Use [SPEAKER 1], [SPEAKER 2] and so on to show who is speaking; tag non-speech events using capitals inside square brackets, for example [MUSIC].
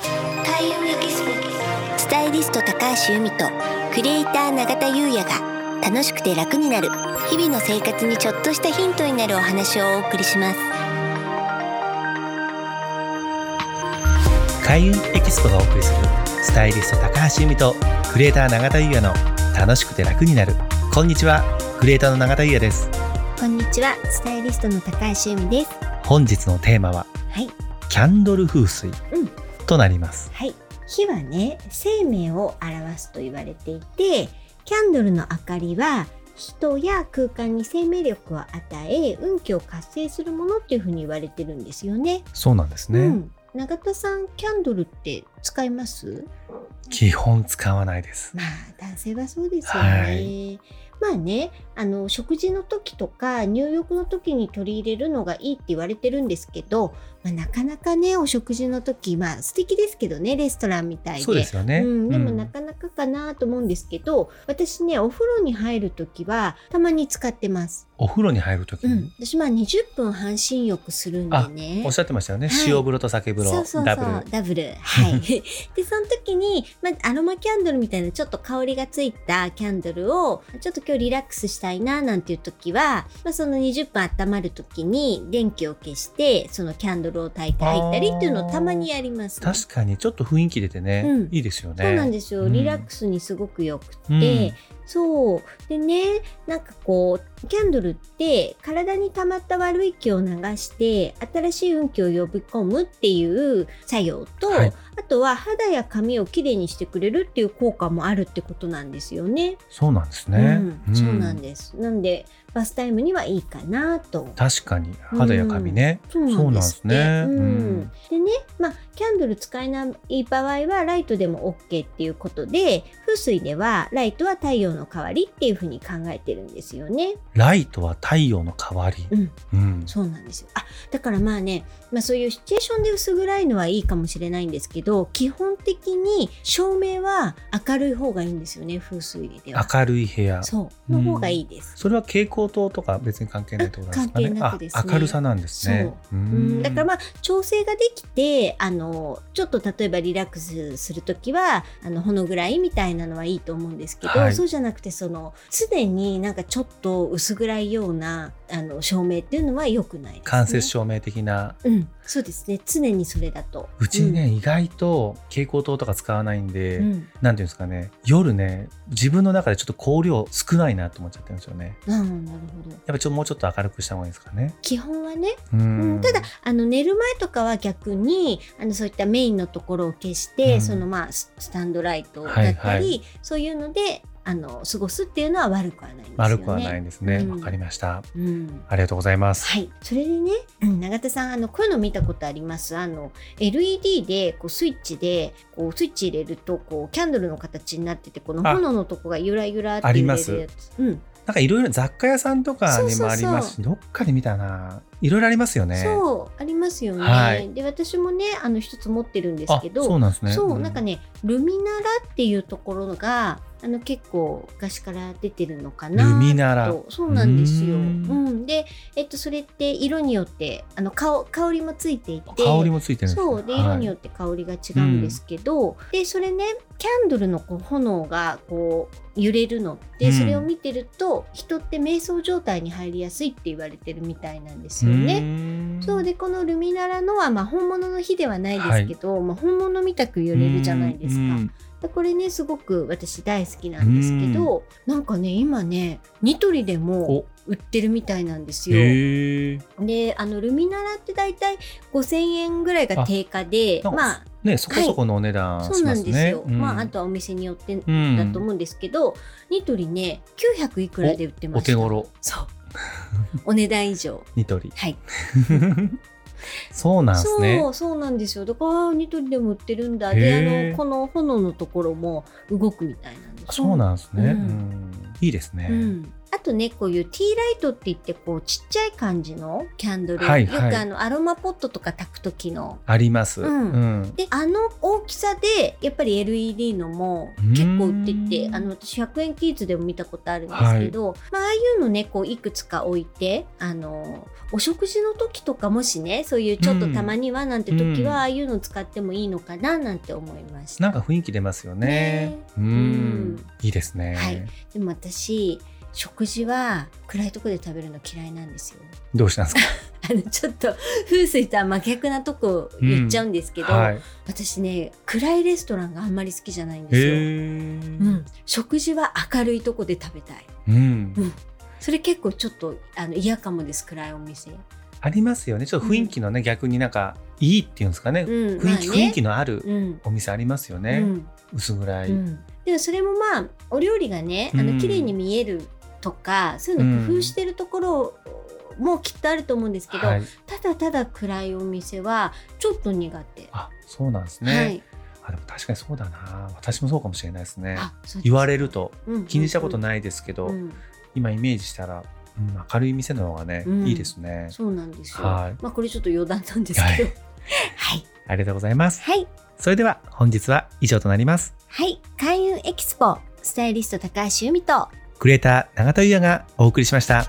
[SPEAKER 1] 田優也ギススタイリスト高橋由美とクリエイター永田優也が楽しくて楽になる日々の生活にちょっとしたヒントになるお話をお送りします
[SPEAKER 2] 開運エキスポがお送りするスタイリスト高橋由美とクリエイター永田優也の楽しくて楽になるこんにちはクリエイターの永田優也です
[SPEAKER 1] こんにちはスタイリストの高橋由美です
[SPEAKER 2] 本日のテーマは
[SPEAKER 1] はい
[SPEAKER 2] キャンドル風水
[SPEAKER 1] うん
[SPEAKER 2] となります、
[SPEAKER 1] はい火はね生命を表すと言われていてキャンドルの明かりは人や空間に生命力を与え運気を活性するものっていうふうに言われてるんですよね
[SPEAKER 2] そうなんですね、
[SPEAKER 1] うん、永田さんキャンドルって使います
[SPEAKER 2] 基本使わないです
[SPEAKER 1] まあ男性はそうですよね、
[SPEAKER 2] は
[SPEAKER 1] まあねあの食事の時とか入浴の時に取り入れるのがいいって言われてるんですけど、まあ、なかなかねお食事の時まあ素敵ですけどねレストランみたいで
[SPEAKER 2] そうですよね、
[SPEAKER 1] うん、でも
[SPEAKER 2] うん
[SPEAKER 1] なかなかかなと思うんですけど、私ねお風呂に入る時はたまに使ってます、
[SPEAKER 2] お風呂に入るとき
[SPEAKER 1] う
[SPEAKER 2] に、
[SPEAKER 1] ん、私まあ20分半身浴するんでね
[SPEAKER 2] おっしゃってましたよね、
[SPEAKER 1] はい
[SPEAKER 2] 塩風呂と酒風呂
[SPEAKER 1] そうそうそう
[SPEAKER 2] ダブル
[SPEAKER 1] ダブルはい
[SPEAKER 2] [LAUGHS]
[SPEAKER 1] でその時に、まあ、アロマキャンドルみたいなちょっと香りがついたキャンドルをちょっと今日リラックスしたいななんていう時は、まあ、その20分温まる時に電気を消してそのキャンドルを焚いて入ったりっていうのをたまにやりますね、
[SPEAKER 2] 確かにちょっと雰囲気出てね、
[SPEAKER 1] うん
[SPEAKER 2] いいですよね
[SPEAKER 1] そうなんですよ、
[SPEAKER 2] うん
[SPEAKER 1] リラックスにすごくよくって、
[SPEAKER 2] うん
[SPEAKER 1] そうでねなんかこうキャンドルって体に溜まった悪い気を流して新しい運気を呼び込むっていう作用と、
[SPEAKER 2] はい
[SPEAKER 1] あとは肌や髪をきれいにしてくれるっていう効果もあるってことなんですよね。
[SPEAKER 2] そうなんですね、
[SPEAKER 1] うん
[SPEAKER 2] うん
[SPEAKER 1] そうなんですなんでバスタイムにはいいかなと。
[SPEAKER 2] 確かに肌や髪ね、
[SPEAKER 1] そう
[SPEAKER 2] そう
[SPEAKER 1] なん
[SPEAKER 2] なん
[SPEAKER 1] で
[SPEAKER 2] ですす
[SPEAKER 1] ね
[SPEAKER 2] ね。
[SPEAKER 1] うんでね、まあ、キャンドル使えない場合はライトでも OK っていうことで風水ではライトは太陽の代わりっていうふうに考えてるんですよね。
[SPEAKER 2] ライトは太陽の代わり、
[SPEAKER 1] うん、
[SPEAKER 2] うん、
[SPEAKER 1] そうなんですよあだからまあね、まあ、そういうシチュエーションで薄暗いのはいいかもしれないんですけど基本的に照明は明るい方がいいんですよね風水では。
[SPEAKER 2] 明るい部屋そ
[SPEAKER 1] そうの方がいいです。
[SPEAKER 2] れは蛍光灯とか別に関係ないってことなんですかね
[SPEAKER 1] あ関係なくですね
[SPEAKER 2] あ明るさなんですねう
[SPEAKER 1] うんだから
[SPEAKER 2] ま
[SPEAKER 1] まあ調整ができてあのちょっと例えばリラックスする時はあのほのぐらいみたいなのはいいと思うんですけど、
[SPEAKER 2] はい
[SPEAKER 1] そうじゃなくてその常になんかちょっと薄暗いようなあの照明っていうのは良くないです、ね。
[SPEAKER 2] 間接照明的な
[SPEAKER 1] うん、そうですね常にそれだと。
[SPEAKER 2] うちね、意外と蛍光灯とか使わないんで、
[SPEAKER 1] うん、うん
[SPEAKER 2] なんていうんですかね夜ね自分の中でちょっと光量少ないなと思っちゃってるんですよね
[SPEAKER 1] あーなるほど
[SPEAKER 2] やっぱちょっともうちょっと明るくした方がいいですかね
[SPEAKER 1] 基本はね
[SPEAKER 2] う
[SPEAKER 1] うんん、ただあの寝る前とかは逆にあのそういったメインのところを消して、
[SPEAKER 2] うん
[SPEAKER 1] そのまあススタンドライトだったり、
[SPEAKER 2] はいはい
[SPEAKER 1] そういうのであの過ごすっていうのは悪くはないんですよね。
[SPEAKER 2] 丸くはないんですね
[SPEAKER 1] うん
[SPEAKER 2] わ、かりました
[SPEAKER 1] うん
[SPEAKER 2] ありがとうございます、
[SPEAKER 1] はい、それでね、うん永田さんあのこういうの見たことありますあの LED でこうスイッチでこうスイッチ入れるとこうキャンドルの形になっててこの
[SPEAKER 2] あ
[SPEAKER 1] 炎のとこがゆらゆらって
[SPEAKER 2] あ
[SPEAKER 1] 揺
[SPEAKER 2] り
[SPEAKER 1] れ
[SPEAKER 2] ま
[SPEAKER 1] る
[SPEAKER 2] す
[SPEAKER 1] やつ、うん
[SPEAKER 2] なんかいろいろ雑貨屋さんとかに
[SPEAKER 1] そうそうそう
[SPEAKER 2] もありますしどっかで見たないろいろありますよね
[SPEAKER 1] そうありますよね。
[SPEAKER 2] はい
[SPEAKER 1] で私もねあの一つ持ってるんですけど
[SPEAKER 2] あそうなんですね
[SPEAKER 1] そう、
[SPEAKER 2] うん
[SPEAKER 1] なんかねルミナラっていうところがあの結構昔から出てるのかな
[SPEAKER 2] ルミナラ
[SPEAKER 1] とそうなんですよ。う
[SPEAKER 2] うんん
[SPEAKER 1] で、えっと、それって色によってあの香香りもついていて
[SPEAKER 2] 香りもついてるんですね
[SPEAKER 1] そうで
[SPEAKER 2] はい
[SPEAKER 1] 色によって香りが違うんですけど、でそれねキャンドルのこう炎がこう揺れるのって、
[SPEAKER 2] うん
[SPEAKER 1] それを見てると人って瞑想状態に入りやすいって言われてるみたいなんですよね。
[SPEAKER 2] ね
[SPEAKER 1] そうでこのルミナラのは、まあ、本物の火ではないですけど、まあ、本物みたく揺れるじゃないですか。でこれねすごく私大好きなんですけどなんかね今ねニトリでも
[SPEAKER 2] お
[SPEAKER 1] 売ってるみたいなんですよ。
[SPEAKER 2] へえ
[SPEAKER 1] であのルミナラって大体5,000円ぐらいが定価で
[SPEAKER 2] あなん
[SPEAKER 1] ま
[SPEAKER 2] かねそこそこのお値段
[SPEAKER 1] あ
[SPEAKER 2] し
[SPEAKER 1] そ
[SPEAKER 2] ま
[SPEAKER 1] うな
[SPEAKER 2] すね、
[SPEAKER 1] んですよ。
[SPEAKER 2] うん
[SPEAKER 1] まああとはお店によって
[SPEAKER 2] うん
[SPEAKER 1] だと思うんですけど、ニトリね900いくらで売ってま
[SPEAKER 2] お
[SPEAKER 1] した。
[SPEAKER 2] 手頃
[SPEAKER 1] そうお値段以上。
[SPEAKER 2] ニトリ
[SPEAKER 1] はい
[SPEAKER 2] そうなんですね
[SPEAKER 1] そうそうなんですよだからあーニトリでも売ってるんだ
[SPEAKER 2] へー
[SPEAKER 1] であのこの炎のところも動くみたいなんです
[SPEAKER 2] そうなんですね、
[SPEAKER 1] う
[SPEAKER 2] うんんいいですね、
[SPEAKER 1] うんあとね、こういうティーライトって言って、こう、ちっちゃい感じのキャンドル。
[SPEAKER 2] はいはい
[SPEAKER 1] よくあの、アロマポットとか炊く時の。
[SPEAKER 2] あります。
[SPEAKER 1] うん
[SPEAKER 2] うん
[SPEAKER 1] で、あの大きさで、やっぱり LED のも
[SPEAKER 2] うん
[SPEAKER 1] 結構売ってて、あの、私100円キーズでも見たことあるんですけど、まあ、ああいうのね、こう、いくつか置いて、あの、お食事の時とかもしね、そういうちょっとたまにはなんて時
[SPEAKER 2] うん
[SPEAKER 1] は、ああいうの使ってもいいのかな、なんて思いました。
[SPEAKER 2] なんか雰囲気出ますよね。
[SPEAKER 1] ね
[SPEAKER 2] うん、
[SPEAKER 1] うん
[SPEAKER 2] いいですね。
[SPEAKER 1] はいでも私、食事は暗いとこで食べるの嫌いなんですよ。 [LAUGHS]
[SPEAKER 2] どうしたんですか。
[SPEAKER 1] あのちょっと風水とは真逆なとこ言っちゃうんですけど、
[SPEAKER 2] はい。
[SPEAKER 1] 私ね暗いレストランがあんまり好きじゃないんですよ、
[SPEAKER 2] へ
[SPEAKER 1] う
[SPEAKER 2] ー
[SPEAKER 1] ん、食事は明るいとこで食べたい
[SPEAKER 2] うん
[SPEAKER 1] うんそれ結構ちょっとあの嫌かもです暗いお店、
[SPEAKER 2] ありますよね。ちょっと雰囲気のね、逆になんかいいっていうんですかね。
[SPEAKER 1] うん、
[SPEAKER 2] 雰囲気、
[SPEAKER 1] まあね
[SPEAKER 2] 雰囲気のある
[SPEAKER 1] うん
[SPEAKER 2] お店ありますよ
[SPEAKER 1] う
[SPEAKER 2] ね。
[SPEAKER 1] ん
[SPEAKER 2] 薄暗い。
[SPEAKER 1] うんでもそれもまあお料理がねあ
[SPEAKER 2] うん
[SPEAKER 1] の綺麗に見えるとか、そういうの工夫してるところもきっとあると思うんですけど、
[SPEAKER 2] はい。
[SPEAKER 1] ただただ暗いお店はちょっと苦手、
[SPEAKER 2] あ、そうなんですね。
[SPEAKER 1] はい
[SPEAKER 2] あ、でも確かにそうだな。私もそうかもしれないですね。
[SPEAKER 1] あそうです
[SPEAKER 2] 言われると
[SPEAKER 1] うんうんうん
[SPEAKER 2] 気にしたことないですけど、
[SPEAKER 1] うん
[SPEAKER 2] 今イメージしたら、うん、明るい店の方がね、
[SPEAKER 1] うん
[SPEAKER 2] いいですね。
[SPEAKER 1] そうなんですよ。
[SPEAKER 2] はい
[SPEAKER 1] まあこれちょっと余談なんですけど。 [LAUGHS] はい。
[SPEAKER 2] ありがとうございます。
[SPEAKER 1] はい。
[SPEAKER 2] それでは本日は以上となります。
[SPEAKER 1] はい。開運エキスポ、スタイリスト高橋由美と、
[SPEAKER 2] クリエイター永田裕也がお送りしました。